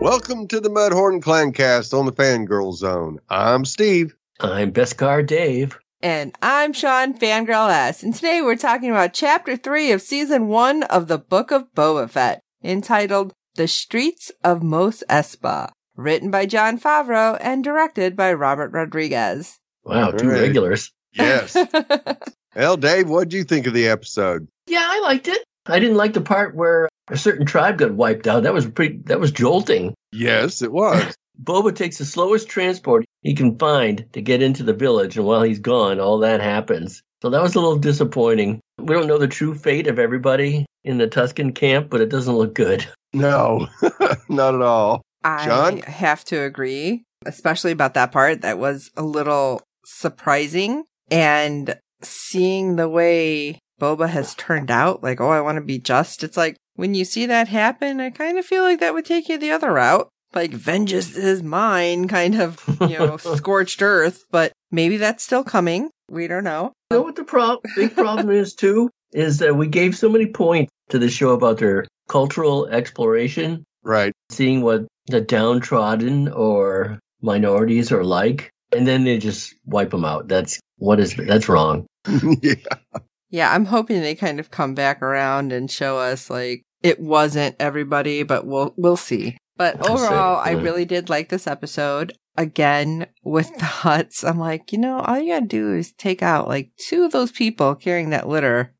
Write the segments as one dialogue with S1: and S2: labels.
S1: Welcome to the Mudhorn Clancast on the Fangirl Zone. I'm Steve.
S2: I'm Beskar Dave.
S3: And I'm Sean Fangirl S. And today we're talking about chapter three of season one of the Book of Boba Fett, entitled The Streets of Mos Espa, written by John Favreau and directed by Robert Rodriguez.
S2: Wow, two
S1: Hooray.
S2: regulars.
S1: Yes. well, Dave, what'd you think of the episode?
S2: Yeah, I liked it. I didn't like the part where a certain tribe got wiped out. That was pretty. That was jolting.
S1: Yes, it was.
S2: Boba takes the slowest transport he can find to get into the village, and while he's gone, all that happens. So that was a little disappointing. We don't know the true fate of everybody in the Tuscan camp, but it doesn't look good.
S1: no, not at all.
S3: I
S1: John?
S3: have to agree, especially about that part that was a little surprising. And seeing the way Boba has turned out, like, oh, I want to be just. It's like when you see that happen, I kind of feel like that would take you the other route. Like, vengeance is mine, kind of, you know, scorched earth. But maybe that's still coming. We don't know.
S2: You know what the prob- big problem is too is that we gave so many points to the show about their cultural exploration,
S1: Right.
S2: seeing what the downtrodden or minorities are like, and then they just wipe them out. That's what is that's wrong.
S1: yeah.
S3: Yeah, I'm hoping they kind of come back around and show us like it wasn't everybody, but we'll we'll see. But
S2: That's it.
S3: overall, I
S2: Yeah.
S3: really did like this episode. Again, with the huts, I'm like, you know, all you gotta do is take out like two of those people carrying that litter,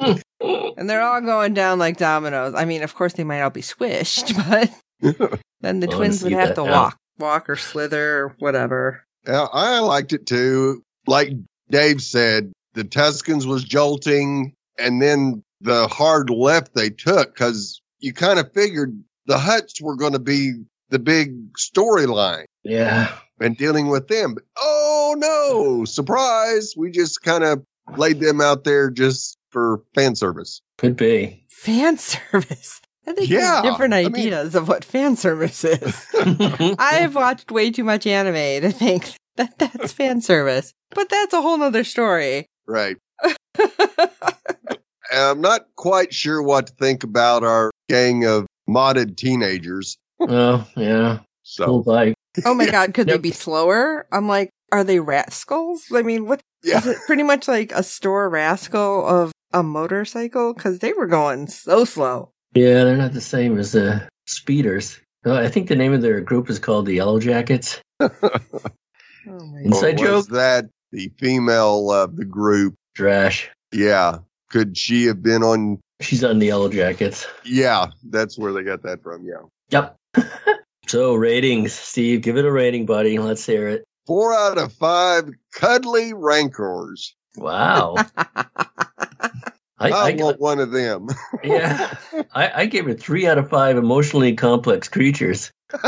S3: and they're all going down like dominoes. I mean, of course, they might all be squished, but then the
S2: Well,
S3: twins
S2: let's
S3: would
S2: leave
S3: have
S2: that
S3: to
S2: out.
S3: walk, walk or slither or whatever.
S1: Yeah, I liked it too. Like Dave said, the Tuscans was jolting and then the hard left they took because you kind of figured the Huts were going to be the big storyline
S2: yeah.
S1: and dealing with them. But, oh no, surprise. We just kind of laid them out there just for fan service.
S2: Could be.
S3: Fan service. I think
S1: Yeah,
S3: there's different
S1: I mean-
S3: ideas of what fan service is. I've watched way too much anime to think that that's fan service, but that's a whole nother story.
S1: Right. And I'm not quite sure what to think about our gang of modded teenagers.
S2: oh yeah.
S1: So
S2: Cool bike.
S3: oh my god, could they
S2: Yep.
S3: be slower? I'm like, are they rascals? I mean, what
S1: yeah.
S3: is it pretty much like a store rascal of a motorcycle? Because they were going so slow.
S2: Yeah, they're not the same as the speeders. No, I think the name of their group is called the Yellow Jackets.
S3: Oh my
S2: Inside
S1: Or was
S2: joke.
S1: that the female of the group?
S2: Drash.
S1: Yeah. Could she have been on?
S2: She's on the Yellow Jackets.
S1: Yeah, that's where they got that from. Yeah.
S2: Yep. so ratings, Steve, give it a rating, buddy. Let's hear it.
S1: Four out of five cuddly rancors.
S2: Wow.
S3: god.
S2: I,
S1: I,
S2: I,
S1: want one of them.
S2: yeah, I, I gave it three out of five emotionally complex creatures.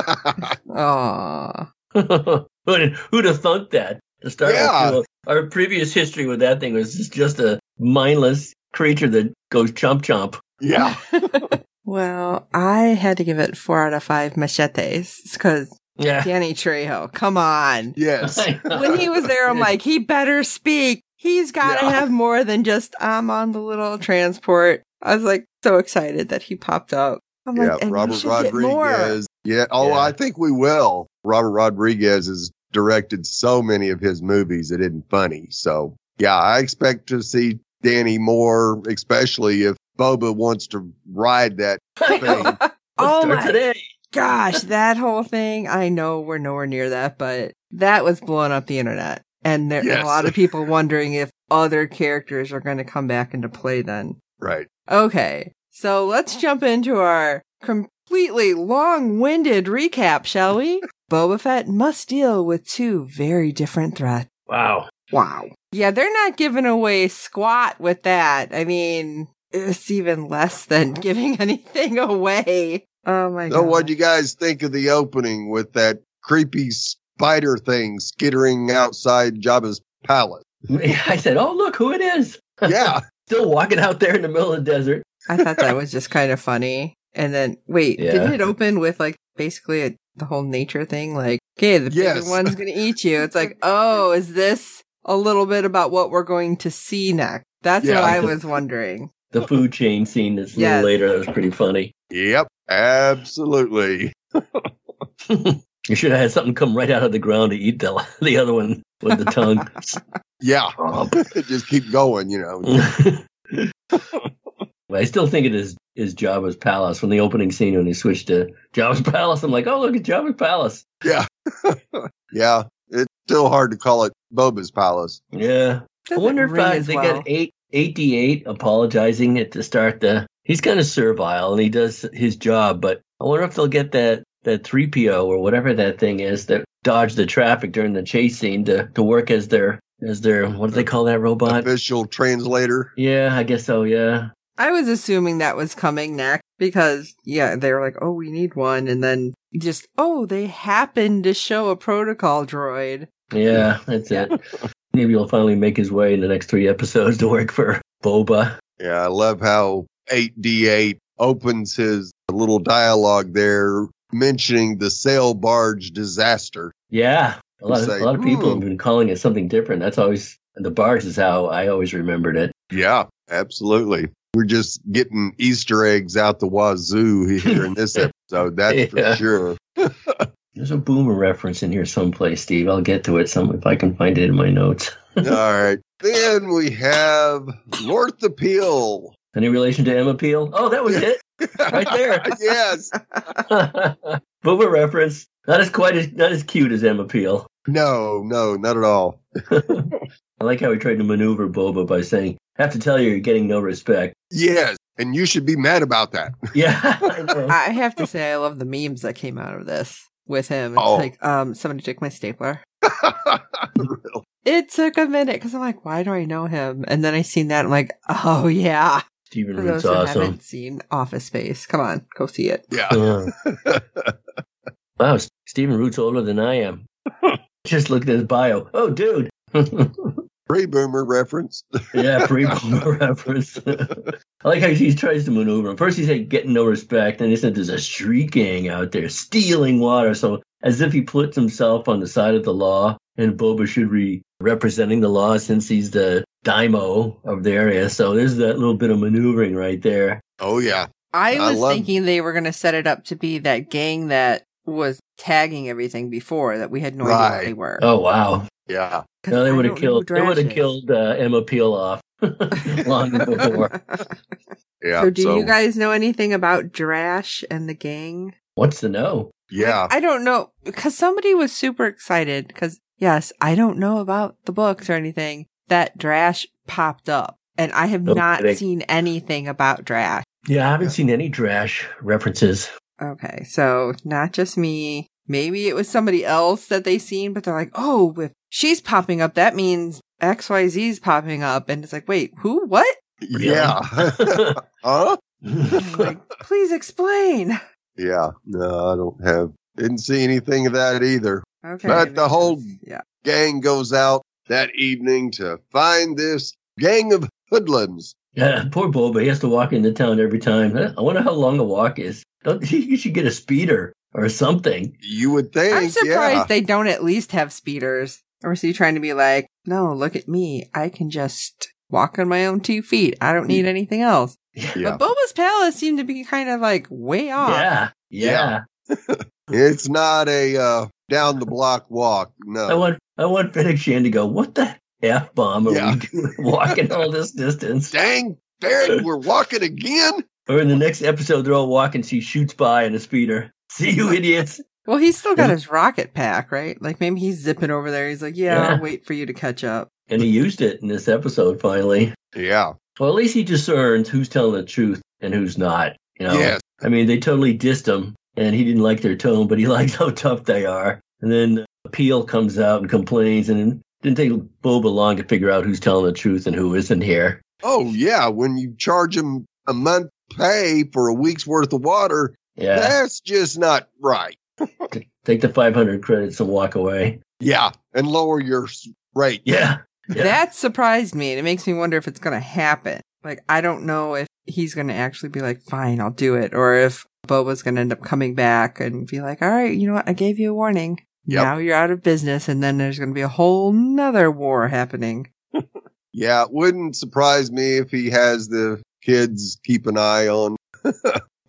S3: Aw.
S2: Who'd who'd have thunk that? To start with,
S1: Yeah.
S2: you know, our previous history with that thing was just, just a mindless creature that goes chomp chomp.
S1: yeah.
S3: Well, I had to give it four out of five machetes because
S2: Yeah.
S3: Danny Trejo. Come on.
S1: Yes.
S3: when he was there, I'm like, he better speak. He's got to
S2: Yeah.
S3: have more than just I'm on the little transport. I was like so excited that he popped up. I'm
S1: yeah,
S3: like, and we
S1: Robert
S3: should get more.
S1: Rodriguez. Yeah. Oh,
S2: Yeah.
S1: I think we will. Robert Rodriguez has directed so many of his movies that isn't funny. So yeah, I expect to see Danny more, especially if Boba wants to ride that thing.
S3: Oh
S2: Start
S3: my
S2: today.
S3: gosh, that whole thing. I know we're nowhere near that, but that was blowing up the internet. And there are
S1: Yes.
S3: a lot of people wondering if other characters are going to come back into play then.
S1: right.
S3: Okay, so let's jump into our completely long winded recap, shall we? Boba Fett must deal with two very different threats.
S2: Wow.
S3: Wow. Yeah, they're not giving away squat with that. I mean, it's even less than giving anything away. Oh my
S1: So
S3: god.
S1: what do you guys think of the opening with that creepy spider thing skittering outside Jabba's palace?
S2: I said, oh, look who it is.
S1: Yeah.
S2: Still walking out there in the middle of the desert.
S3: I thought that was just kind of funny. And then, wait,
S2: Yeah.
S3: didn't it open with like basically a, the whole nature thing? Like, okay, the bigger
S1: Yes.
S3: one's going to eat you. It's like, oh, is this a little bit about what we're going to see next? That's
S1: Yeah.
S3: what I was wondering.
S2: The food chain scene that's a
S3: Yes.
S2: little later. That was pretty funny.
S1: yep. Absolutely.
S2: you should have had something come right out of the ground to eat the, the other one with the tongue.
S1: Yeah.
S2: Stop.
S1: Just keep going, you know.
S2: But I still think it is is Jabba's palace from the opening scene when he switched to Jabba's palace. I'm like, oh look, it's Jabba's palace.
S1: Yeah. It's still hard to call it Boba's Palace.
S2: Yeah, I
S3: Doesn't
S2: wonder if
S3: ring
S2: uh,
S3: as
S2: they
S3: well.
S2: get eight eighty eight apologizing it to start the. He's kind of servile and he does his job, but I wonder if they'll get that that three PO or whatever that thing is that dodged the traffic during the chase scene to to work as their as their what do they call that robot?
S1: Official translator.
S2: Yeah, I guess so. Yeah,
S3: I was assuming that was coming next because, yeah, they were like, oh, we need one. And then just, oh, they happened to show a protocol droid.
S2: yeah, that's it. Maybe he'll finally make his way in the next three episodes to work for Boba.
S1: Yeah, I love how 8D8 opens his little dialogue there mentioning the sail barge disaster.
S2: Yeah, a lot, of,
S1: It's like,
S2: a lot of people
S1: hmm.
S2: have been calling it something different. That's always the barge is how I always remembered it.
S1: Yeah, absolutely. We're just getting Easter eggs out the wazoo here in this episode. That's
S2: Yeah.
S1: for sure.
S2: There's a boomer reference in here someplace, Steve. I'll get to it some if I can find it in my notes.
S1: All right. Then we have North Appeal.
S2: Any relation to Emma Peel? Oh, that was it right there.
S1: yes.
S2: boomer reference. Not as quite as not as cute as Emma Peel.
S1: No, no, not at all.
S2: I like how he tried to maneuver Boba by saying, "I have to tell you, you're getting no respect."
S1: Yes. And you should be mad about that.
S2: Yeah, I know.
S3: I have to say, I love the memes that came out of this with him. It's
S1: Oh.
S3: like, um, somebody took my stapler.
S1: Real.
S3: It took a minute because I'm like, why do I know him? And then I seen that. I'm like, oh, yeah.
S2: Steven
S3: For
S2: Root's
S3: those who
S2: awesome.
S3: haven't seen Office Space, come on, go see it.
S1: Yeah.
S2: Yeah. wow, S- Steven Root's older than I am. Just looked at his bio. Oh, dude.
S1: Pre boomer reference.
S2: Yeah, pre boomer reference. I like how he tries to maneuver. First, he said getting no respect, and he said there's a street gang out there stealing water. So, as if he puts himself on the side of the law, and Boba should be representing the law since he's the daimo of the area. So, there's that little bit of maneuvering right there.
S1: Oh, yeah.
S3: I
S1: I
S3: was
S1: love-
S3: thinking they were going to set it up to be that gang that was tagging everything before that we had no idea
S1: Right.
S3: what they were.
S2: Oh, wow.
S1: Yeah.
S3: 'Cause
S2: No, they
S3: I
S2: would have
S3: don't know who
S2: killed. They would have
S3: Drash is.
S2: killed uh, Emma Peel off long before.
S1: Yeah.
S3: so, do you guys know anything about Drash and the gang?
S2: What's to know?
S1: yeah.
S3: I don't know because somebody was super excited because yes, I don't know about the books or anything that Drash popped up, and I have
S2: No
S3: not
S2: kidding.
S3: seen anything about Drash.
S2: Yeah, I haven't seen any trash references.
S3: Okay, so not just me. Maybe it was somebody else that they seen, but they're like, oh, if she's popping up, that means XYZ's popping up. And it's like, wait, who? What?
S1: Yeah. huh?
S3: I'm like, please explain.
S1: Yeah. No, I don't have. Didn't see anything of that either.
S3: Okay.
S1: But the whole-
S3: Yeah.
S1: Gang goes out that evening to find this gang of hoodlums.
S2: Yeah, poor Boba. He has to walk into town every time. Huh? I wonder how long a walk is. Don't, he should get a speeder or something.
S1: You would think.
S3: I'm surprised
S1: yeah.
S3: they don't at least have speeders. Or is he trying to be like, no, look at me. I can just walk on my own two feet. I don't need anything else.
S1: Yeah.
S3: But Boba's Palace seemed to be kind of like way off.
S2: Yeah, yeah.
S1: It's not a uh, down the block walk.
S2: I
S1: No.
S2: want I want Fennec Shan to go. What the f bomb are
S1: Yeah.
S2: we doing walking all this distance?
S1: Dang, Derek, we're walking again?
S2: Or in the next episode, they're all walking. She shoots by in a speeder. See you idiots.
S3: Well, he's still got his rocket pack, right? Like maybe he's zipping over there. He's like, yeah,
S2: Yeah.
S3: I'll wait for you to catch up.
S2: And he used it in this episode finally.
S1: Yeah.
S2: Well, at least he discerns who's telling the truth and who's not. You know,
S1: Yes.
S2: I mean, they totally dissed him, and he didn't like their tone, but he likes how tough they are. And then Peel comes out and complains, and it didn't take Boba long to figure out who's telling the truth and who isn't here.
S1: Oh, yeah. When you charge them a month pay for a week's worth of water,
S2: Yeah,
S1: that's just not right.
S2: take the 500 credits and walk away.
S1: Yeah. And lower your s- rate.
S2: Yeah, yeah.
S3: That surprised me. And it makes me wonder if it's going to happen. Like, I don't know if he's going to actually be like, fine, I'll do it. Or if Boba's going to end up coming back and be like, all right, you know what? I gave you a warning.
S1: Yep.
S3: Now you're out of business. And then there's going to be a whole nother war happening.
S1: Yeah. It wouldn't surprise me if he has the kids keep an eye on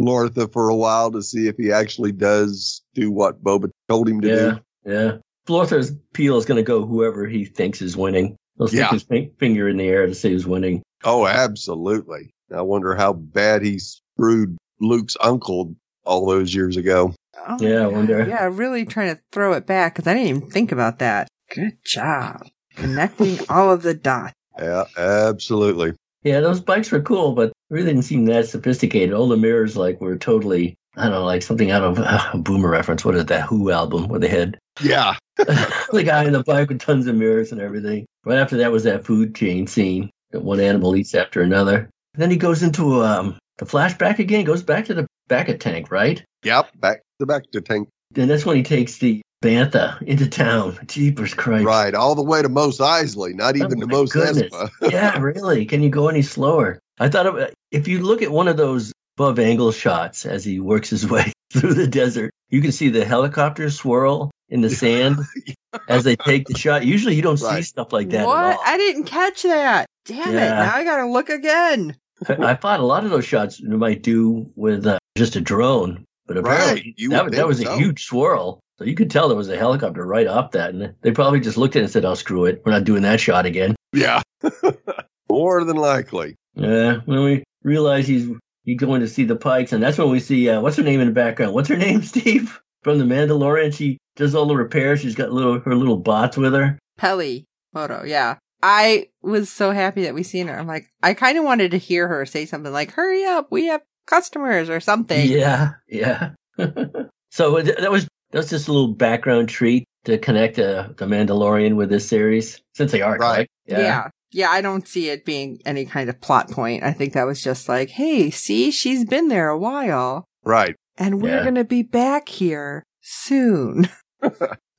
S1: Lortha for a while to see if he actually does do what Boba told him to
S2: yeah,
S1: do.
S2: yeah. Flortha's peel is going to go whoever he thinks is winning. He'll stick
S1: Yeah.
S2: his fin- finger in the air to see who's winning.
S1: Oh, absolutely. I wonder how bad he screwed Luke's uncle all those years ago.
S3: Oh,
S2: Yeah, I wonder.
S3: Yeah, really trying to throw it back because I didn't even think about that. Good job. Connecting all of the dots.
S1: Yeah, absolutely.
S2: Yeah, those bikes were cool, but really didn't seem that sophisticated. All the mirrors, like, were totally, I don't know, like something out of uh, a Boomer reference. What is that Who album where they had
S1: Yeah.
S2: the guy in the bike with tons of mirrors and everything. Right after that was that food chain scene that one animal eats after another. Then he goes into um, the flashback again, goes back to the back of tank, right?
S1: Yep. Back to back to tank.
S2: And that's when he takes the Bantha into town. Jeepers Christ.
S1: Right. All the way to Mos Eisley, not even
S2: Oh
S1: to
S2: my
S1: Mos
S2: goodness.
S1: Espa.
S2: yeah, really. Can you go any slower? I thought of, if you look at one of those above angle shots as he works his way through the desert, you can see the helicopter swirl in the sand as they take the shot. Usually you don't see
S1: Right.
S2: stuff like that. At
S3: what?
S2: all.
S3: I didn't catch that. Damn it.
S2: Yeah.
S3: Now I got to look again.
S2: I thought a lot of those shots you might do with uh, just a drone, but apparently
S1: Right, you would
S2: that, that
S1: think
S2: was a
S1: so.
S2: huge swirl. So you could tell there was a helicopter right up that, and they probably just looked at it and said, "Oh, screw it, we're not doing that shot again."
S1: Yeah. More than likely.
S2: Yeah. When we realize he's he's going to see the Pikes, and that's when we see uh, what's her name in the background. What's her name, Steve? From the Mandalorian, she does all the repairs. She's got little her little bots with her.
S3: Pelly photo. Yeah. I was so happy that we seen her. I'm like, I kind of wanted to hear her say something like, hurry up. We have customers or something.
S2: Yeah, yeah. so th- that was that was just a little background treat to connect uh, the Mandalorian with this series, since they are
S1: Right.
S2: right.
S3: Yeah. yeah. I don't see it being any kind of plot point. I think that was just like, hey, see, she's been there a while
S1: Right.
S3: and we're
S2: Yeah.
S3: going to be back here soon.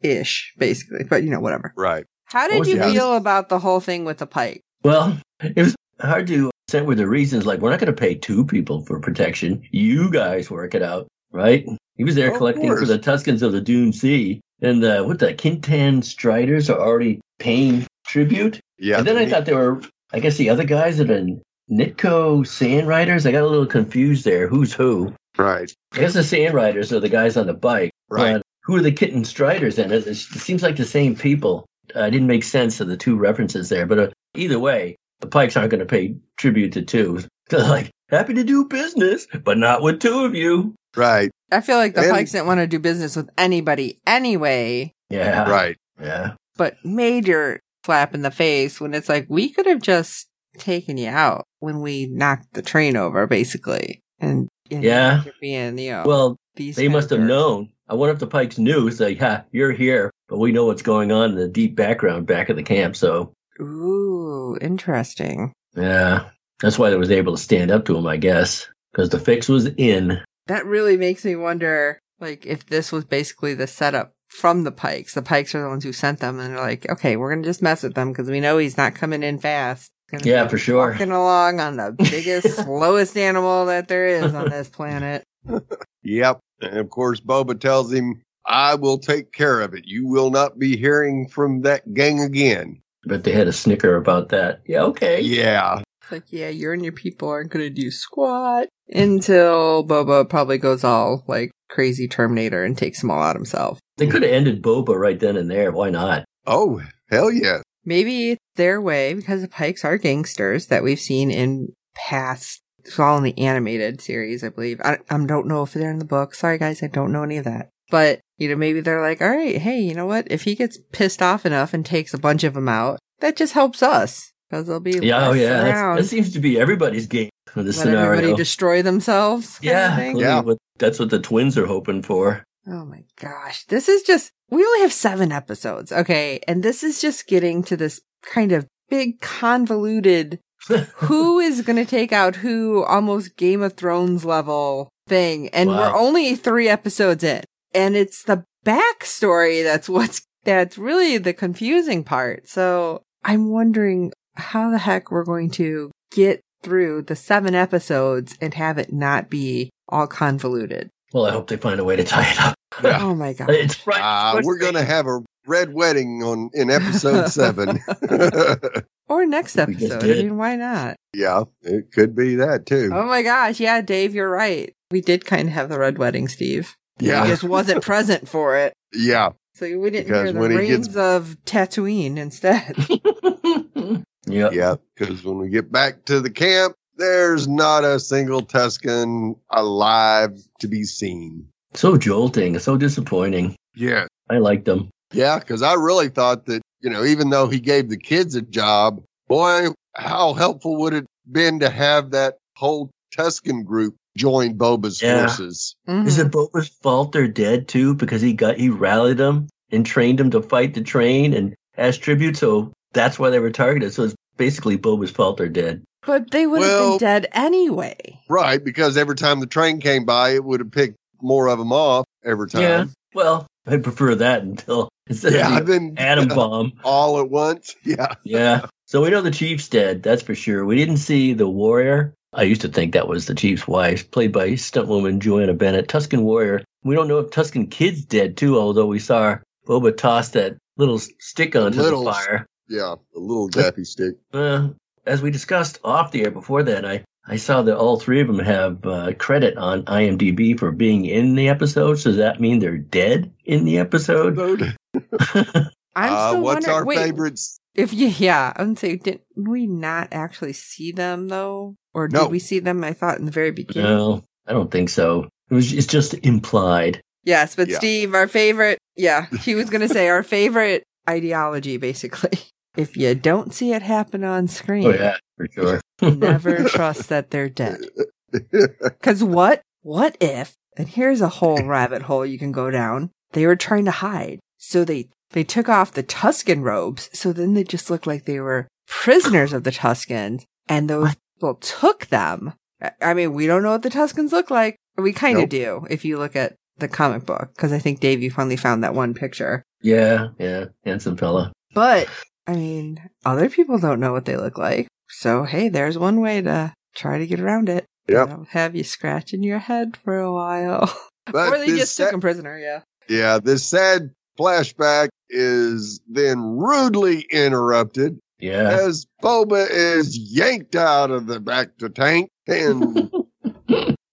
S3: Ish, basically. But, you know, whatever.
S1: Right.
S3: How did
S2: was
S3: you
S1: the other-
S3: feel about the whole thing with the pike?
S2: Well, it was hard to set with the reasons. Like, we're not going to pay two people for protection. You guys work it out, right? He was there
S1: Of
S2: collecting for
S1: course.
S2: the Tuscans of the Dune Sea, and the what the Kintan Striders are already paying tribute.
S1: Yeah.
S2: and then I thought there were, I guess, the other guys that are Nitco Sand Riders. I got a little confused there. Who's who?
S1: Right.
S2: I guess the Sand Riders are the guys on the bike.
S1: Right.
S2: But who are the Kitten Striders then? It, it seems like the same people. Uh, it didn't make sense of the two references there. But uh, either way, the Pikes aren't going to pay tribute to two. They're like, happy to do business, but not with two of you.
S1: Right.
S3: I feel like the
S1: And-
S3: pikes didn't want to do business with anybody anyway,
S2: Yeah.
S1: Right.
S2: Yeah.
S3: but major slap in the face when it's like, we could have just taken you out when we knocked the train over, basically. And, and
S2: Yeah.
S3: you're being, you know,
S2: Well,
S3: these
S2: They
S3: kind
S2: must
S3: of
S2: have
S3: jerks.
S2: known. I wonder if the Pikes knew. It's like, ha, you're here, but we know what's going on in the deep background back of the camp. So,
S3: Ooh, interesting.
S2: yeah, that's why they was able to stand up to him, I guess, because the fix was in.
S3: That really makes me wonder, like, if this was basically the setup from the Pikes. The Pikes are the ones who sent them, and they're like, okay, we're going to just mess with them because we know he's not coming in fast. Gonna
S2: Yeah,
S3: be
S2: for sure.
S3: Walking along on the biggest, slowest animal that there is on this planet.
S1: Yep. And of course, Boba tells him, I will take care of it. You will not be hearing from that gang again.
S2: But they had a snicker about that. Yeah, okay.
S1: Yeah.
S3: It's like, yeah, you and your people aren't going to do squat until Boba probably goes all, like, crazy Terminator and takes them all out himself.
S2: They could have ended Boba right then and there. Why not?
S1: Oh, hell yeah.
S3: maybe it's their way because the pikes are gangsters that we've seen in past it's all in the animated series i believe i, I don't know if they're in the book sorry guys i don't know any of that but you know maybe they're like all right hey you know what if he gets pissed off enough and takes a bunch of them out that just helps us because they'll be
S2: Yeah, oh,
S3: less
S2: yeah.
S3: around
S2: That's, that seems to be everybody's game for this
S3: let
S2: scenario.
S3: everybody destroy themselves kind of
S2: yeah,
S3: thing.
S2: clearly
S1: Yeah.
S2: What, that's what the twins are hoping for.
S3: Oh my gosh. This is just, we only have seven episodes. Okay. And this is just getting to this kind of big convoluted who is going to take out who almost Game of Thrones level thing. And
S2: Wow.
S3: we're only three episodes in. And it's the backstory that's what's, that's really the confusing part. So I'm wondering how the heck we're going to get through the seven episodes and have it not be all convoluted.
S2: Well, I hope they find a way to tie it up.
S1: Yeah.
S3: Oh my gosh.
S2: It's right.
S1: Uh, we're going to have a red wedding on in episode seven.
S3: Or next
S2: We just
S3: episode. I
S2: did.
S3: mean, why not?
S1: Yeah, it could be that too.
S3: Oh my gosh. Yeah, Dave, you're right. We did kind of have the red wedding, Steve.
S1: Yeah.
S3: I just wasn't present for it.
S1: Yeah,
S3: So we didn't
S1: Because
S3: hear the
S1: when he
S3: reigns
S1: gets-
S3: of Tatooine instead.
S2: yep.
S1: yeah. Because when we get back to the camp, there's not a single Tuscan alive to be seen.
S2: So jolting, so disappointing.
S1: Yeah,
S2: I liked them.
S1: yeah. Because I really thought that you know, even though he gave the kids a job, boy, how helpful would it been to have that whole Tuscan group join Boba's
S2: Yeah.
S1: forces?
S3: Mm-hmm.
S2: Is it Boba's fault they're dead too? Because he got he rallied them and trained them to fight the train and as tribute, so that's why they were targeted. So it's basically Boba's fault they're dead.
S3: But they would have been
S1: Well-
S3: dead anyway.
S1: Right, because every time the train came by, it would have picked more of them off every time.
S2: Yeah. Well, I prefer that until instead
S1: Yeah,
S2: of the
S1: then
S2: atom bomb.
S1: all at once. Yeah.
S2: Yeah. So we know the chief's dead, that's for sure. We didn't see the warrior. I used to think that was the chief's wife, played by stuntwoman Joanna Bennett, Tuscan warrior. We don't know if Tuscan kid's dead too, although we saw Boba toss that little s- stick onto
S1: Little
S2: the
S1: s-
S2: fire.
S1: Yeah. A little daffy stick.
S2: Uh, as we discussed off the air before that, I, I saw that all three of them have uh, credit on IMDb for being in the episode. So does that mean they're dead in the episode?
S3: I'm
S1: Uh,
S3: still
S1: what's
S3: wondering.
S1: our
S3: wait,
S1: favorites?
S3: If you, yeah, I would say did not we not actually see them though, or did
S1: No.
S3: we see them? I thought in the very beginning.
S2: no, I don't think so. It was it's just implied.
S3: Yes, but
S1: Yeah.
S3: Steve, our favorite. Yeah, he was going to say our favorite ideology, basically. If you don't see it happen on screen,
S2: Oh yeah, for sure.
S3: never trust that they're dead. Because what? What if? And here's a whole rabbit hole you can go down. They were trying to hide, so they they took off the Tuscan robes. So then they just looked like they were prisoners of the Tuscans, and those people took them. I- I mean, we don't know what the Tuscans look like. We kind
S1: Nope.
S3: of do if you look at the comic book, because I think Dave, you finally found that one picture.
S2: Yeah, yeah, handsome fella.
S3: But I mean, other people don't know what they look like. So hey, there's one way to try to get around it.
S1: Yep.
S3: That'll have you scratching your head for a while.
S1: But
S3: or they
S1: this
S3: just
S1: sad,
S3: took him prisoner, yeah.
S1: Yeah. This sad flashback is then rudely interrupted
S2: Yeah,
S1: as Boba is yanked out of the back to tank and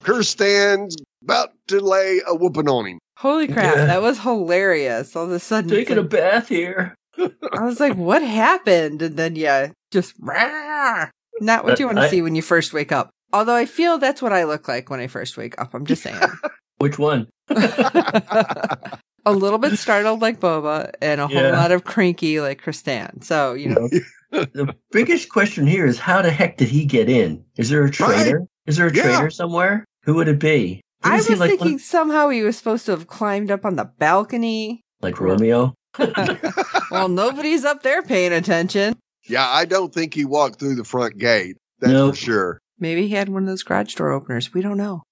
S1: Kirstan's about to lay a whooping on him.
S3: Holy crap,
S2: Yeah.
S3: that was hilarious. All of a sudden, it's
S2: taking a
S3: like-
S2: bath here.
S3: I was like, what happened? And then, yeah, just rah! not what you want to
S2: Uh, I-
S3: see when you first wake up. Although I feel that's what I look like when I first wake up. I'm just saying.
S2: Which one?
S3: a little bit startled like Boba and a whole
S2: Yeah.
S3: lot of cranky like Kristan. So, you know,
S2: The biggest question here is how the heck did he get in? Is there a trainer? Is there a
S1: Yeah.
S2: trainer somewhere? Who would it be? Didn't
S3: I
S2: it
S3: was
S2: seem like one-
S3: thinking somehow he was supposed to have climbed up on the balcony.
S2: like Romeo.
S3: Well, nobody's up there paying attention.
S1: Yeah. I don't think he walked through the front gate. That's
S2: Nope.
S1: for sure.
S3: Maybe he had one of those garage door openers. We don't know.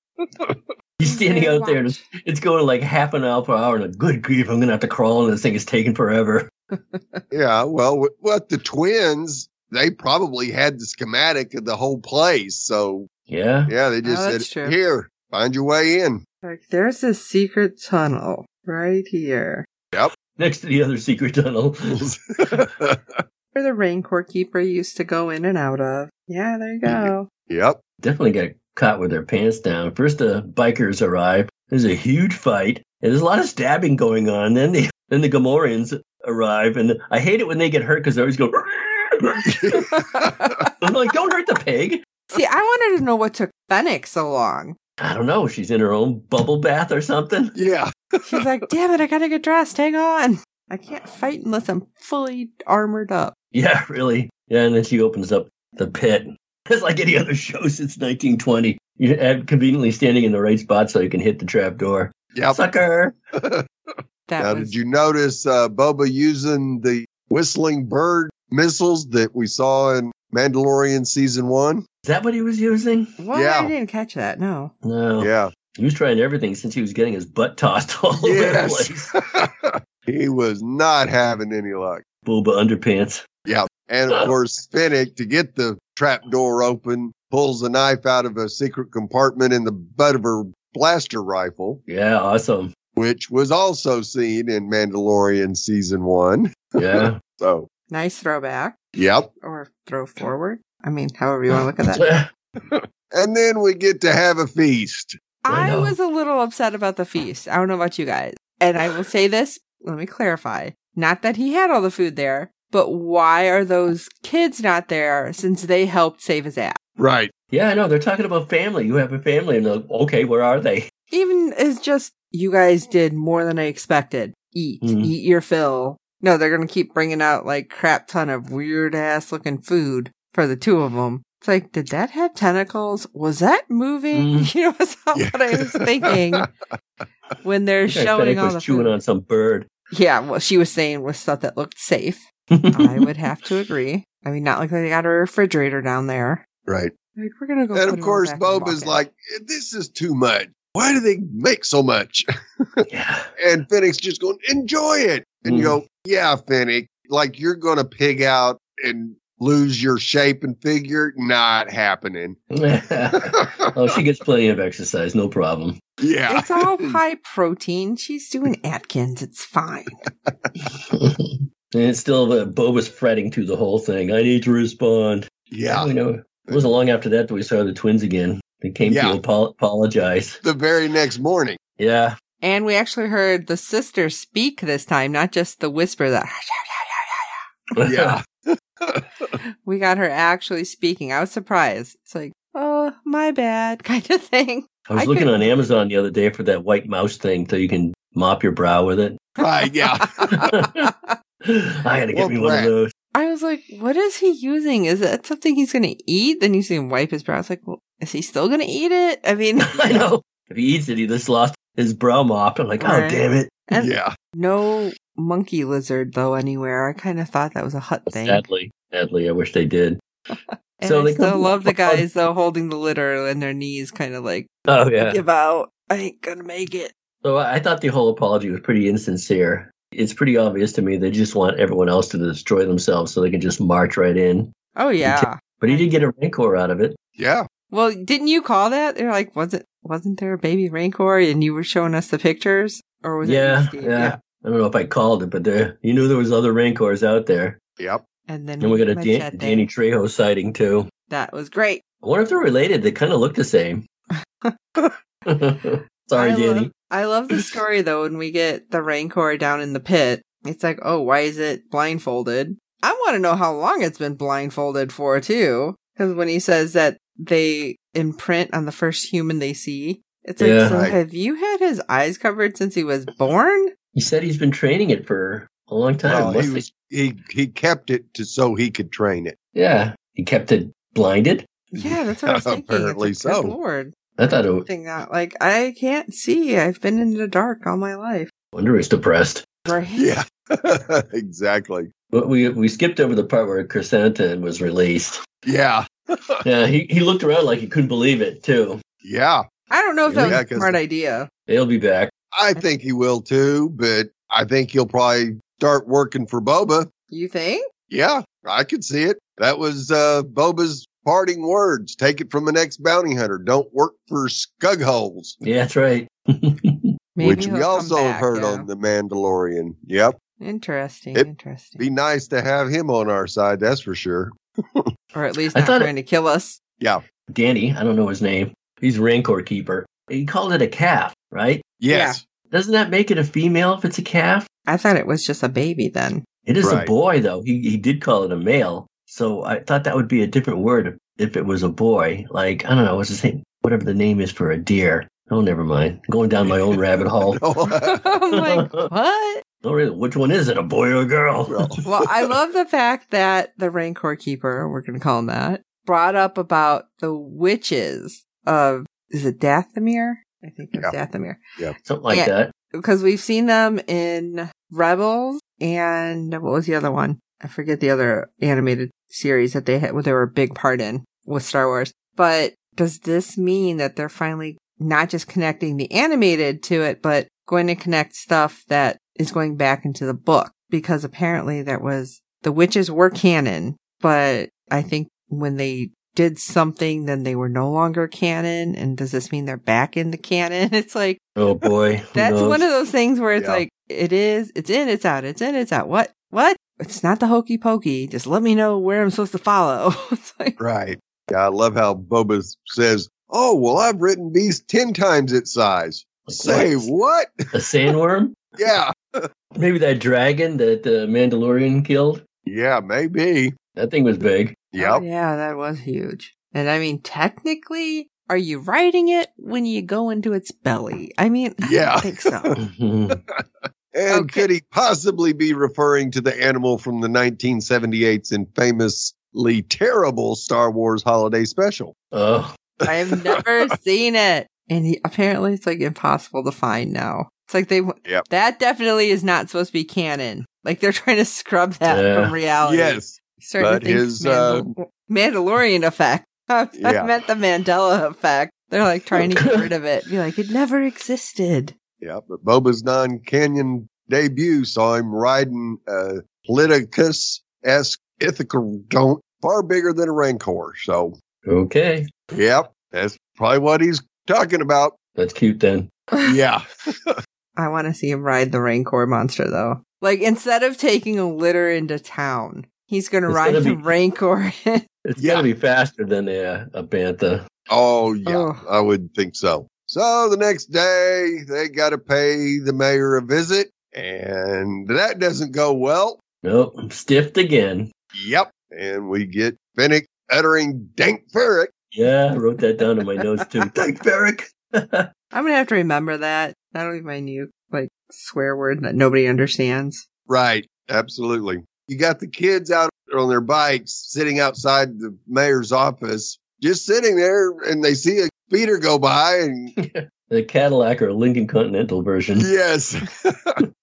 S2: He's standing
S3: Very
S2: out there and
S3: much.
S2: it's, it's going like half an mile per hour and a good grief, I'm gonna have to crawl and this thing is taking forever.
S1: Yeah, well, w- what the twins, they probably had the schematic of the whole place. So,
S2: Yeah.
S1: yeah, they just
S3: Oh,
S1: said,
S3: that's true.
S1: here, find your way in.
S3: Like, there's a secret tunnel right here
S2: Next to the other secret tunnel.
S3: where the Rancor Keeper used to go in and out of. Yeah, there you go.
S1: yep.
S2: Definitely got caught with their pants down. First the bikers arrive. There's a huge fight. And there's a lot of stabbing going on. Then the then the Gamorreans arrive and I hate it when they get hurt because they always go I'm like, don't hurt the pig.
S3: See, I wanted to know what took Fennec so long.
S2: I don't know. She's in her own bubble bath or something.
S1: Yeah.
S3: She's like, damn it, I gotta get dressed. Hang on. I can't fight unless I'm fully armored up.
S2: Yeah, really. Yeah, and then she opens up the pit. It's like any other show since 1920. You're ad- conveniently standing in the right spot so you can hit the trap door.
S1: Yep.
S2: Sucker!
S3: That
S1: now,
S3: was
S1: did you notice uh, Boba using the whistling bird missiles that we saw in Mandalorian season one?
S2: Is that what he was using?
S3: Well,
S1: Yeah.
S3: I didn't catch that. No.
S2: No.
S1: Yeah.
S2: He was trying everything since he was getting his butt tossed all over the place.
S1: Yes. he Oh, was not having any luck.
S2: Booba underpants.
S1: And of course, Finnick, to get the trap door open, pulls a knife out of a secret compartment in the butt of her blaster rifle,
S2: Yeah, awesome.
S1: which was also seen in Mandalorian season one.
S2: Yeah.
S1: So,
S3: Nice throwback
S1: Yep.
S3: or throw forward. I mean, however you want to look at that.
S1: And then we get to have a feast.
S2: I
S3: I
S2: know.
S3: was a little upset about the feast. I don't know about you guys. And I will say this, let me clarify. Not that he had all the food there, but why are those kids not there since they helped save his ass?
S1: Right.
S2: yeah, I know. They're talking about family. You have a family. And they're like, okay, where are they?
S3: Even it's just you guys did more than I expected. Eat,
S2: Mhm.
S3: eat your fill. No, they're going to keep bringing out like crap ton of weird ass looking food for the two of them. It's like, did that have tentacles? Was that moving?
S2: Mm-hmm.
S3: You know, it's not
S1: Yeah.
S3: what I was thinking when they're
S2: Okay,
S3: showing
S2: Fennec
S3: all
S2: was
S3: the
S2: chewing
S3: food.
S2: on some bird.
S3: Yeah, well, she was saying was stuff that looked safe. I would have to agree. I mean, not like they got a refrigerator down there.
S1: Right.
S3: Like we're gonna go. put
S1: And
S3: it in
S1: of
S3: the
S1: course,
S3: back
S1: Bob
S3: and
S1: is
S3: walk
S1: like, this is too much. Why do they make so much?
S2: yeah.
S1: And Fennec's just going, enjoy it. And you
S2: Mm.
S1: go, yeah, Fennec, like you're going to pig out and lose your shape and figure. Not happening.
S2: oh, she gets plenty of exercise. No problem.
S3: in.
S1: yeah.
S3: It's all high protein. She's doing Atkins. It's fine.
S2: and it's still uh, Boba's fretting through the whole thing. I need to respond.
S1: Yeah.
S2: You know, it wasn't long after that that we saw the twins again. They came
S1: Yeah.
S2: to apo- apologize.
S1: The very next morning.
S2: Yeah.
S3: And we actually heard the sister speak this time, not just the whisper that
S1: Yeah.
S3: we got her actually speaking. I was surprised. It's like, oh, my bad, kind of thing.
S2: I was
S3: I
S2: looking
S3: could-
S2: on Amazon the other day for that white mouse thing so you can mop your brow with it.
S1: right. Yeah.
S2: I gotta get
S1: Well,
S2: me one of
S1: Brad.
S2: those.
S3: I was like, what is he using? Is that something he's going to eat? Then you see him wipe his brow. It's like, well, is he still going to eat it? I mean,
S2: I know. If he eats it, he just lost his brow mop. I'm like, oh
S3: Right.
S2: damn it.
S3: and
S1: yeah.
S3: no monkey lizard though anywhere. I kind of thought that was a hut thing.
S2: Sadly, sadly, I wish they did.
S3: And
S2: So
S3: I
S2: they
S3: still
S2: come-
S3: love the guys though holding the litter and their knees kind of like
S2: Oh yeah.
S3: give out. I ain't gonna make it.
S2: So I I thought the whole apology was pretty insincere. It's pretty obvious to me they just want everyone else to destroy themselves so they can just march right in.
S3: Oh yeah.
S2: But he did get a rancor out of it.
S1: Yeah.
S3: Well, didn't you call that? They're like, wasn't wasn't there a baby rancor? And you were showing us the pictures, or was it
S2: Yeah,
S3: you, Steve?
S2: yeah. I don't know if I called it, but there you knew there was other rancors out there.
S1: Yep.
S3: And then
S2: And we got a
S3: machete.
S2: Dan- Danny Trejo sighting too.
S3: That was great.
S2: I wonder if they're related. They kind of look the same. Sorry,
S3: I
S2: Danny.
S3: Love, I love the story though when we get the Rancor down in the pit. It's like, oh, why is it blindfolded? I want to know how long it's been blindfolded for too. Because when he says that they imprint on the first human they see, it's like,
S2: Yeah.
S3: so
S1: Right.
S3: have you had his eyes covered since he was born?
S2: He said he's been training it for a long time.
S1: Well, he
S2: must be.
S1: was he he kept it to so he could train it.
S2: yeah, he kept it blinded.
S3: Yeah, that's what I was thinking. It's
S1: Apparently
S3: like,
S1: so.
S3: Good Lord,
S2: I thought it.
S3: thing that like I can't see. I've been in the dark all my life.
S2: Wonder he's depressed.
S3: Right?
S1: Yeah. exactly.
S2: But we we skipped over the part where Chrysanthemum was released.
S1: Yeah.
S2: Yeah, he, he looked around like he couldn't believe it too.
S1: Yeah.
S3: I don't know if that
S1: Yeah,
S3: was a
S1: 'cause-
S3: smart idea.
S2: They'll be back.
S1: I think he will too, but I think he'll probably start working for Boba.
S3: You think?
S1: Yeah, I could see it. That was uh, Boba's parting words. Take it from the next bounty hunter. Don't work for Scugholes,
S2: Yeah, that's right.
S1: which
S3: he'll
S1: we
S3: come
S1: also
S3: back,
S1: have heard
S3: yeah.
S1: on The Mandalorian. Yep.
S3: Interesting.
S1: It-
S3: interesting.
S1: Be nice to have him on our side, that's for sure.
S3: or at least
S2: I
S3: not
S2: thought it-
S3: trying to kill us.
S1: Yeah.
S2: Danny, I don't know his name. He's Rancor keeper. He called it a calf, right?
S1: Yes.
S2: Doesn't that make it a female if it's a calf?
S3: I thought it was just a baby then.
S2: It is a
S1: Right.
S2: boy though. He he did call it a male. So I thought that would be a different word if it was a boy. Like I don't know what's his name. Whatever the name is for a deer. Oh, never mind. Going down my own rabbit hole.
S3: I'm like, what?
S2: Oh, really? Which one is it, a boy or a girl?
S3: Well, I love the fact that the Rancor Keeper, we're going to call him that, brought up about the witches of, is it Dathomir? I think it's Dathomir.
S2: Something like
S3: Yeah.
S2: that.
S3: Because we've seen them in Rebels and what was the other one? I forget the other animated series that they had, where they were a big part in with Star Wars. But does this mean that they're finally not just connecting the animated to it, but going to connect stuff that is going back into the book? Because apparently that was the witches were canon, but I think when they did something, then they were no longer canon. And does this mean they're back in the canon? It's like,
S2: Oh boy. Who
S3: that's
S2: knows?
S3: one of those things where it's
S1: Yeah.
S3: like it is, it's in, it's out, it's in, it's out. What? What? it's not the hokey pokey. Just let me know where I'm supposed to follow. it's like,
S1: Right. Yeah, I love how Boba s- says, Oh, well, I've written these 10 times its size.
S2: Like,
S1: Say what?
S2: A sandworm?
S1: Yeah.
S2: Maybe that dragon that the Mandalorian killed?
S1: Yeah, maybe.
S2: That thing was big.
S3: oh,
S1: Yep.
S3: yeah, that was huge. And I mean, technically, are you riding it when you go into its belly? I mean, I
S1: Yeah.
S3: don't think so.
S2: Mhm.
S1: And
S3: Okay.
S1: could he possibly be referring to the animal from the 1978's infamously terrible Star Wars holiday special?
S2: oh,
S3: I have never seen it. And he, apparently, it's like impossible to find now. It's like they
S1: Yep.
S3: that definitely is not supposed to be canon. Like they're trying to scrub that
S2: Yeah.
S3: from reality.
S1: Yes.
S3: Certain
S1: But
S3: things
S1: his,
S3: Mandal- Mandalorian effect. I
S1: Yeah.
S3: meant the Mandela effect. They're like trying to get rid of it. Be like, it never existed.
S1: Yeah. But Boba's non canyon debut saw him riding a Politicus esque Ithacodont far bigger than a Rancor. So,
S2: okay.
S1: yep. That's probably what he's talking about.
S2: That's cute then.
S1: Yeah.
S3: I want to see him ride the Rancor monster though. Like instead of taking a litter into town, he's gonna
S2: It's
S3: ride
S2: gonna
S3: the
S2: be-
S3: Rancor.
S2: It's
S1: Yeah.
S2: got to be faster than a, a bantha.
S1: Oh yeah,
S3: Ugh.
S1: I would think so. So the next day they got to pay the mayor a visit, and that doesn't go well.
S2: Nope. I'm stiffed again.
S1: Yep, and we get Finnick uttering "Dank Ferrick."
S2: Yeah, I wrote that down in my notes too. Thank Barrick.
S3: I'm gonna have to remember that. That'll be my new like swear word that nobody understands.
S1: Right, absolutely. You got the kids out on their bikes, sitting outside the mayor's office, just sitting there, and they see a speeder go by, and
S2: the Cadillac or Lincoln Continental version.
S1: yes,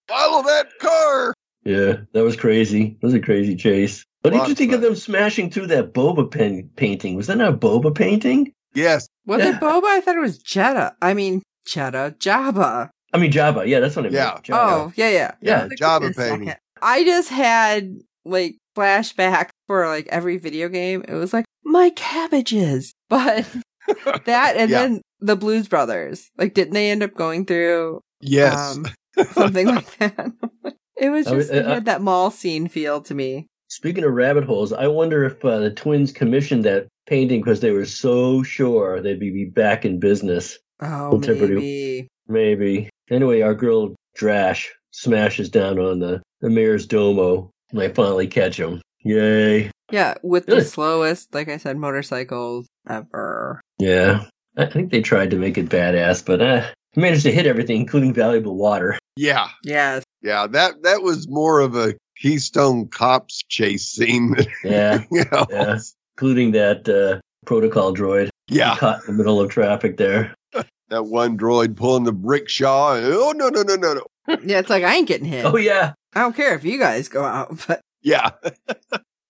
S1: follow that car.
S2: Yeah, that was crazy. That was a crazy chase. What did
S1: Lots
S2: you
S1: of
S2: think of
S1: fun.
S2: them smashing through that boba pen- painting? Was that not a boba painting?
S1: Yes,
S3: Was
S2: Yeah.
S3: it Boba? I thought it was Jeddah. I mean Jeddah Jabba.
S2: I mean, Java. Yeah, that's what I meant.
S1: Yeah.
S2: Jabba.
S3: Oh yeah, yeah.
S2: yeah.
S3: Like,
S1: Jabba
S3: wait a
S1: painting.
S3: second. I just had like flashback for like every video game. It was like my cabbages, but that and
S1: Yeah.
S3: then the Blues Brothers. Like, didn't they end up going through um,
S1: yes.
S3: something like that? it was
S2: I uh, was-
S3: just it
S2: I-
S3: had that mall scene feel to me.
S2: Speaking of rabbit holes, I wonder if uh, the twins commissioned that painting because they were so sure they'd be- be back in business.
S3: Oh,
S2: Contemporary.
S3: maybe.
S2: Maybe. Anyway, our girl Drash smashes down on the, the mayor's domo, and I finally catch him. Yay.
S3: Yeah, with the
S2: Really?
S3: slowest, like I said, motorcycles ever.
S2: Yeah. I I think they tried to make it badass, but uh, managed to hit everything, including valuable water.
S1: yeah.
S3: Yes.
S1: Yeah, that that was more of a Keystone Cops chase scene. Than
S2: Yeah,
S1: anything else.
S2: Yeah. including that uh, protocol droid
S1: yeah,
S2: caught in the middle of traffic there.
S1: that one droid pulling the rickshaw. and, Oh no no no no no.
S3: Yeah, it's like I ain't getting hit.
S2: Oh yeah,
S3: I don't care if you guys go out, but
S1: Yeah,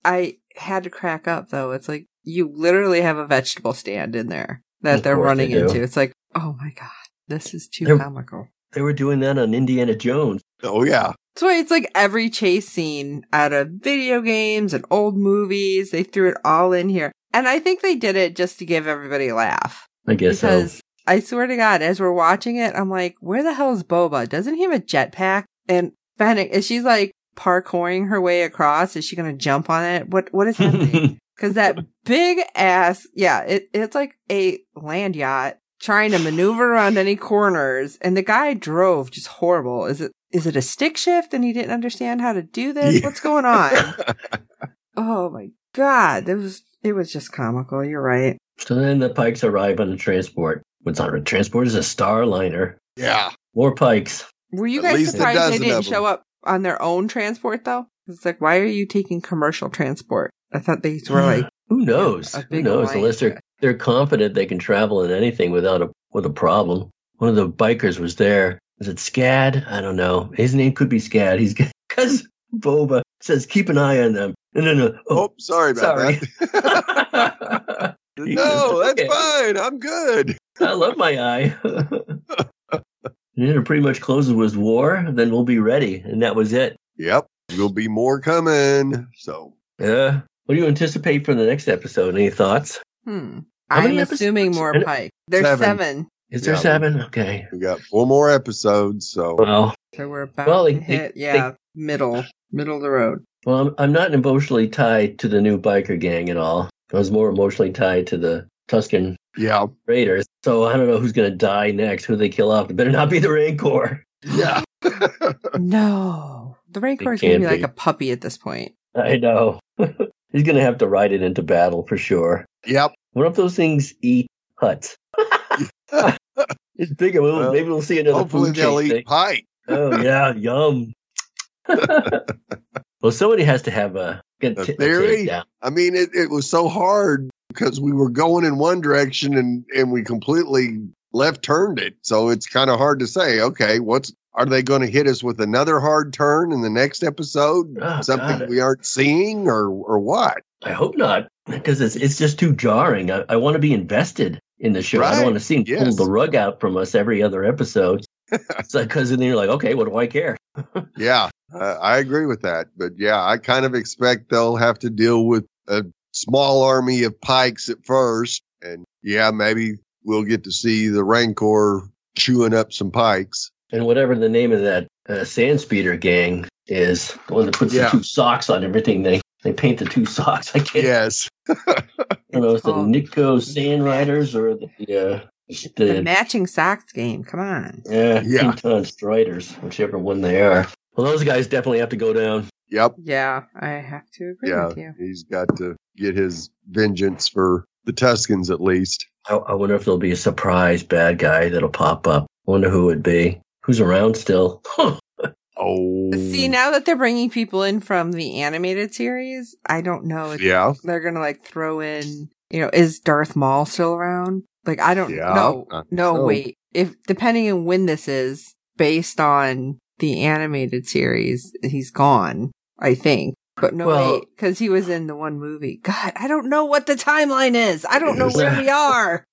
S3: I had to crack up though. It's like you literally have a vegetable stand in there that
S2: Of
S3: they're
S2: course
S3: running
S2: they do.
S3: into. It's like, oh my god, this is too
S2: They're-
S3: comical.
S2: they were doing that on Indiana Jones.
S1: oh yeah,
S3: That's why it's like every chase scene out of video games and old movies. They threw it all in here, and I think they did it just to give everybody a laugh
S2: I guess
S3: because
S2: so.
S3: I swear to God, as we're watching it, I'm like, where the hell is Boba? Doesn't he have a jetpack? And Fennec, is she like parkouring her way across? Is she gonna jump on it? What what is happening? Cause that big ass, yeah, it, it's like a land yacht trying to maneuver around any corners. And the guy drove just horrible. Is it, is it a stick shift and he didn't understand how to do this?
S1: Yeah.
S3: What's going on? oh my God. That was, it was just comical. You're right.
S2: so then the Pikes arrive on the transport. What's on the transport is a Starliner.
S1: yeah.
S2: More Pikes.
S3: Were you
S1: At
S3: guys
S1: least a
S3: surprised they
S1: dozen
S3: didn't
S1: of 'em.
S3: show up on their own transport though? It's like, why are you taking commercial transport? I thought these were like,
S2: Who knows?
S3: A
S2: Who
S3: big
S2: knows?
S3: alliance.
S2: Unless they're they're confident they can travel in anything without a with a problem. One of the bikers was there. Was it Scad? I don't know. His name could be Scad. He's because Boba says keep an eye on them. No, no, no. Oh,
S1: Oh, sorry about
S2: sorry.
S1: that. no, that's
S2: Okay.
S1: fine. I'm good.
S2: I love my eye. and then it pretty much closes with war. Then we'll be ready, and that was it.
S1: Yep, there'll be more coming. So
S2: Yeah. Uh, What do you anticipate for the next episode? Any thoughts?
S3: hmm.
S2: How many
S3: I'm
S2: episodes?
S3: assuming more
S2: And-
S3: pike. There's
S1: Seven.
S3: seven.
S2: Is there
S1: Yeah.
S2: seven? Okay.
S1: we got four more episodes. So
S2: Well,
S3: So we're about
S2: Well, they-
S3: to
S2: they-
S3: hit, yeah, middle. middle of the road.
S2: Well, I'm, I'm not emotionally tied to the new biker gang at all. I was more emotionally tied to the Tuscan
S1: Yeah.
S2: Raiders. So I don't know who's going to die next, who they kill off. It better not be the Rancor.
S1: Yeah.
S3: no. The Rancor is going to
S2: can't
S3: be like
S2: be.
S3: a puppy at this point.
S2: I know. He's going to have to ride it into battle for sure.
S1: yep.
S2: What if those things eat huts? it's bigger. We'll,
S1: Well,
S2: maybe we'll see another
S1: Hopefully
S2: food
S1: they'll
S2: chain
S1: eat
S2: thing.
S1: pike.
S2: Oh yeah, yum. well, somebody has to have a get
S1: A
S2: t- a
S1: theory?
S2: taste down.
S1: I mean, it, it was so hard because we were going in one direction and, and we completely left turned it. So it's kind of hard to say, okay, what's, are they going to hit us with another hard turn in the next episode?
S2: Oh,
S1: Something
S2: God.
S1: we aren't seeing or, or what?
S2: I hope not, because it's it's just too jarring. I, I want to be invested in the show. I
S1: Right,
S2: don't want to see him pull
S1: yes.
S2: the rug out from us every other episode. it's like because then you're like, okay, what do I care?
S1: Yeah, uh, I agree with that. But yeah, I kind of expect they'll have to deal with a small army of pikes at first. And yeah, maybe we'll get to see the Rancor chewing up some pikes.
S2: And whatever the name of that uh, sand speeder gang is, the one that puts
S1: Yeah.
S2: the two socks on everything. They they paint the two socks. I can't.
S1: Yes.
S2: I don't know. Oh, It's the
S3: called-
S2: Nico Sand Riders or the uh,
S3: Oh. The
S2: the
S3: matching socks game. Come on.
S2: Yeah,
S1: Yeah.
S2: Teuton Striders, whichever one they are. Well, those guys definitely have to go down.
S1: Yep.
S3: Yeah, I have to agree
S1: Yeah.
S3: with you.
S1: He's got to get his vengeance for the Tuscans at least.
S2: I, I wonder if there'll be a surprise bad guy that'll pop up. Wonder who it'd be. Who's around still?
S1: Oh.
S3: See,
S2: Mm.
S3: now that they're bringing people in from the animated series, I don't know. It's,
S1: Yeah.
S3: They're going to like throw in, you know, is Darth Maul still around? Like, I don't
S1: Yeah,
S3: know.
S1: I don't
S3: No,
S1: know.
S3: wait. If depending on when this is based on the animated series, he's gone, I think. But no,
S2: Well-
S3: wait, because he was in the one movie. God, I don't know what the timeline is. I don't know where we are.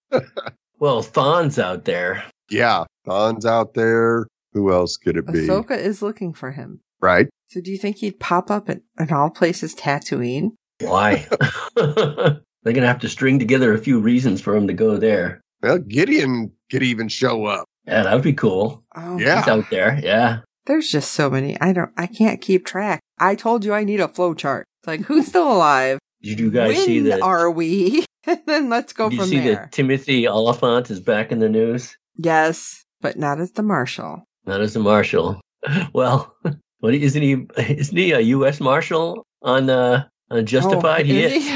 S2: well, Thon's out there.
S1: Yeah. Thon's out there. Who else could it be?
S3: Ahsoka is looking for him.
S1: Right.
S3: So do you think he'd pop up in, in all places Tatooine?
S2: Why? They're gonna have to string together a few reasons for him to go there.
S1: Well, Gideon could even show up.
S2: Yeah, that would be cool.
S3: Oh,
S1: Yeah.
S2: He's out there. Yeah.
S3: There's just so many. I don't I can't keep track. I told you I need a flow chart. It's like who's still alive?
S2: Did you guys
S3: when
S2: see that?
S3: are we? and then let's go
S2: did you
S3: from
S2: see
S3: there.
S2: that Timothy Oliphant is back in the news?
S3: yes, but not as the marshal.
S2: Not as a marshal. Well, what isn't he? Isn't he a U.S. marshal on uh, on Justified?
S3: Oh,
S2: he
S3: is
S2: is.
S3: he?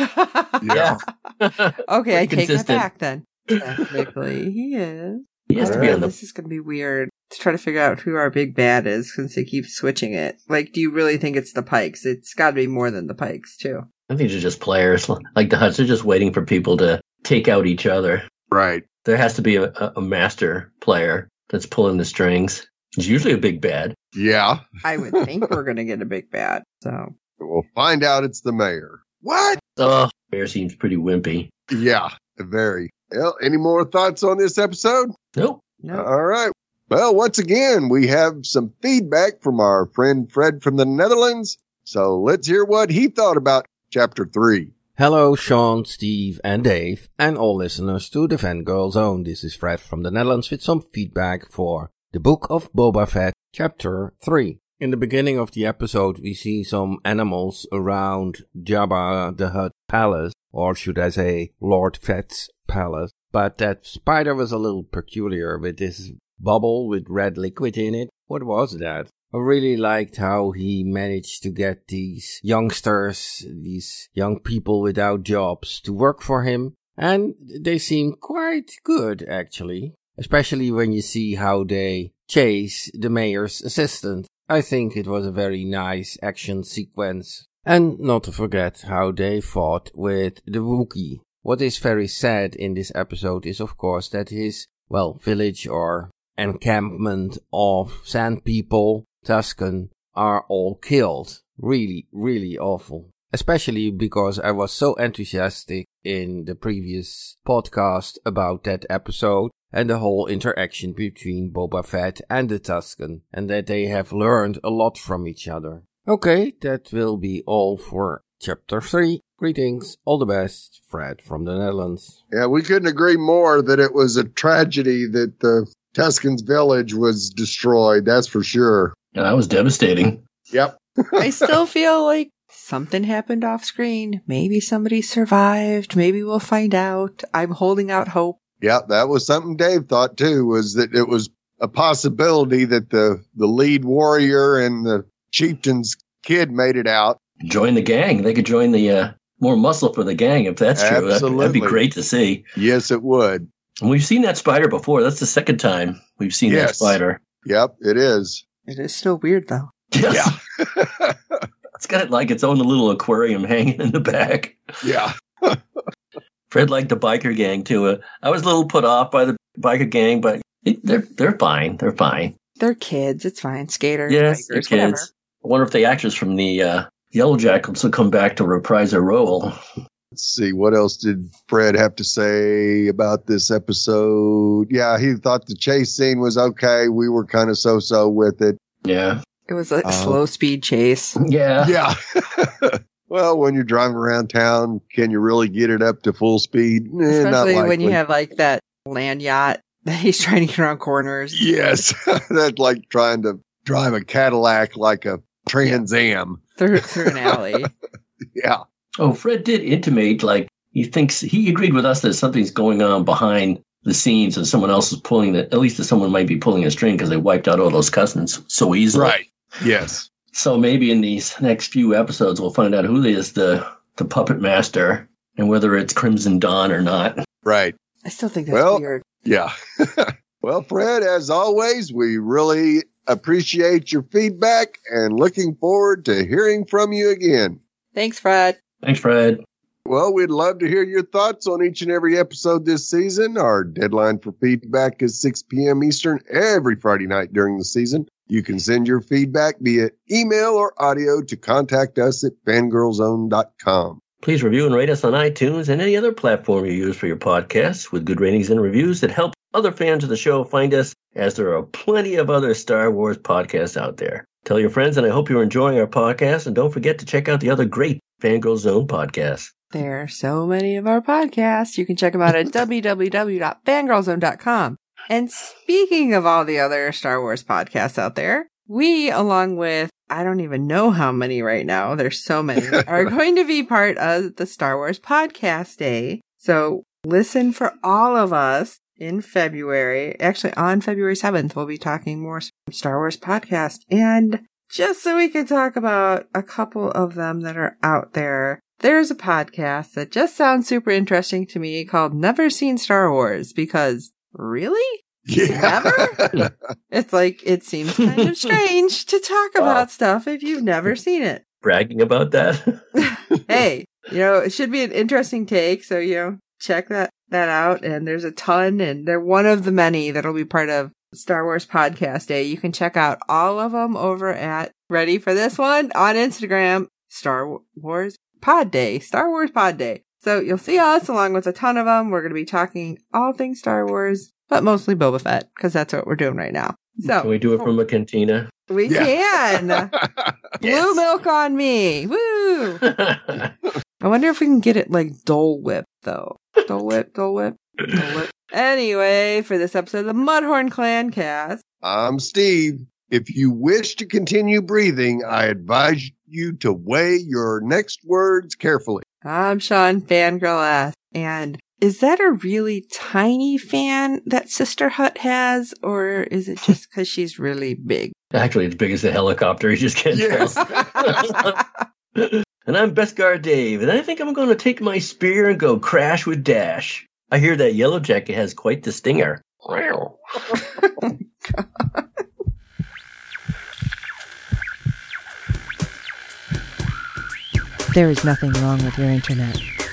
S2: Yeah.
S3: okay,
S2: Pretty
S3: I take that
S2: consistent.
S3: back then. Technically, he is.
S2: he has to be
S3: Alright,
S2: on the.
S3: this is going to be weird to try to figure out who our big bad is since they keep switching it. Like, do you really think it's the Pikes? It's got to be more than the Pikes too.
S2: I think they're just players. Like the Huts, they're just waiting for people to take out each other.
S1: Right.
S2: There has to be a, a, a master player that's pulling the strings. It's usually a big bad.
S1: Yeah.
S3: I would think we're going to get a big bad. So
S1: We'll find out it's the mayor. What?
S2: Oh, Bear seems pretty wimpy.
S1: Yeah, very. Well, any more thoughts on this episode?
S2: Nope.
S3: no,
S1: All right. Well, once again, we have some feedback from our friend Fred from the Netherlands. So let's hear what he thought about chapter three.
S4: Hello, Sean, Steve, and Dave, and all listeners to the Fangirl Zone. This is Fred from the Netherlands with some feedback for the Book of Boba Fett, Chapter 3. In the beginning of the episode, we see some animals around Jabba the Hutt Palace, or should I say, Lord Fett's Palace. But that spider was a little peculiar with this bubble with red liquid in it. What was that? I really liked how he managed to get these youngsters, these young people without jobs, to work for him. And they seem quite good, actually. Especially when you see how they chase the mayor's assistant. I think it was a very nice action sequence. And not to forget how they fought with the Wookiee. What is very sad in this episode is, of course, that his, well, village or encampment of sand people, Tuscan, are all killed. Really, really awful. Especially because I was so enthusiastic in the previous podcast about that episode and the whole interaction between Boba Fett and the Tuscan, and that they have learned a lot from each other. Okay, that will be all for chapter 3. Greetings, all the best, Fred from the Netherlands.
S1: Yeah, we couldn't agree more that it was a tragedy that the Tuscan's village was destroyed. That's for sure.
S2: Yeah, that was devastating.
S1: Yep.
S3: I still feel like something happened off screen. Maybe somebody survived. Maybe we'll find out. I'm holding out hope.
S1: Yeah, that was something Dave thought too, was that it was a possibility that the, the lead warrior and the chieftain's kid made it out.
S2: Join the gang. They could join the uh, more muscle for the gang if that's true. That'd- That'd be
S1: Absolutely.
S2: great to see.
S1: Yes, it would.
S2: And we've seen that spider before. That's the second time we've seen that
S1: Yes.
S2: spider.
S1: Yep, it is.
S3: It is still weird though.
S2: Yes.
S1: Yeah.
S2: It's got like its own little aquarium hanging in the back.
S1: yeah.
S2: Fred liked the biker gang too. Uh, I was a little put off by the biker gang, but it- they're they're fine. They're fine.
S3: They're kids. It's fine. Skaters,
S2: Yes, they're
S3: bikers, whatever.
S2: kids. I wonder if the actors from the uh, Yellow Jackets will come back to reprise their role.
S1: Let's see, what else did Fred have to say about this episode? Yeah, he thought the chase scene was okay. We were kind of so so with it.
S2: Yeah,
S3: It was a
S1: Oh.
S3: slow speed
S1: eh,
S3: chase.
S2: yeah.
S1: Yeah. well, when you're driving around town, can you really get it up to full speed? Eh, not
S3: Especially when you
S1: likely.
S3: have like that land yacht that he's trying to get around corners.
S1: Yes, that's like trying to drive a Cadillac like a Trans Am.
S3: through through an alley.
S1: Yeah.
S2: Oh, Fred did intimate like he thinks he agreed with us that something's going on behind the scenes and someone else is pulling the at least that someone might be pulling a string because they wiped out all those cousins so easily.
S1: Yes.
S2: So maybe in these next few episodes, we'll find out who is the the puppet master and whether it's Crimson Dawn or not.
S1: Right.
S3: I still think that's
S1: Well-
S3: weird.
S1: Yeah. well, Fred, as always, we really appreciate your feedback and looking forward to hearing from you again.
S3: Thanks, Fred.
S2: Thanks, Fred.
S1: Well, we'd love to hear your thoughts on each and every episode this season. Our deadline for feedback is 6 p.m. Eastern every Friday night during the season. You can send your feedback via email or audio to contact us at fangirlzone.com.
S2: Please review and rate us on iTunes and any other platform you use for your podcasts with good ratings and reviews that help other fans of the show find us, as there are plenty of other Star Wars podcasts out there. Tell your friends, and I hope you're enjoying our podcast. And don't forget to check out the other great Fangirl Zone podcasts.
S3: There are so many of our podcasts. You can check them out at www.fangirlzone.com. And speaking of all the other Star Wars podcasts out there, we, along with I don't even know how many right now, there's so many, are going to be part of the Star Wars Podcast Day. So listen for all of us in February. Actually, on February 7th, we'll be talking more Star Wars podcast and just so we can talk about a couple of them that are out there. There's a podcast that just sounds super interesting to me called Never Seen Star Wars because really?
S1: Yeah.
S3: It's like it seems kind of strange to talk
S2: Wow.
S3: about stuff if you've never seen it.
S2: Bragging about that.
S3: Hey, you know, it should be an interesting take, so you know, check that that out and there's a ton and they're one of the many that'll be part of Star Wars Podcast Day. You can check out all of them over at ready for this one on Instagram Star Wars Pod Day, Star Wars Pod Day. So you'll see us along with a ton of them. We're going to be talking all things Star Wars, but mostly Boba Fett because that's what we're doing right now. So
S2: Can we do it from a cantina?
S3: we
S1: Yeah.
S3: can. Blue milk on me. Woo! I wonder if we can get it like Dole Whip though. Dole Whip, Dole Whip, Dole Whip. Anyway, for this episode of the Mudhorn Clan cast,
S1: I'm Steve. If you wish to continue breathing, I advise you to weigh your next words carefully.
S3: I'm Sean Fangirl S. And is that a really tiny fan that Sister Hut has, or is it just because she's really big?
S2: Actually, it's big as a helicopter. You just can't
S1: Yes.
S2: tell. And I'm Beskar Dave, and I think I'm going to take my spear and go crash with Dash. I hear that Yellow Jacket has quite the stinger. Wow.
S5: There is nothing wrong with your internet.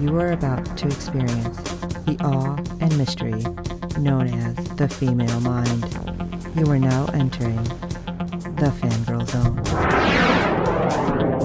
S5: You are about to experience the awe and mystery known as the female mind. You are now entering the fangirl zone.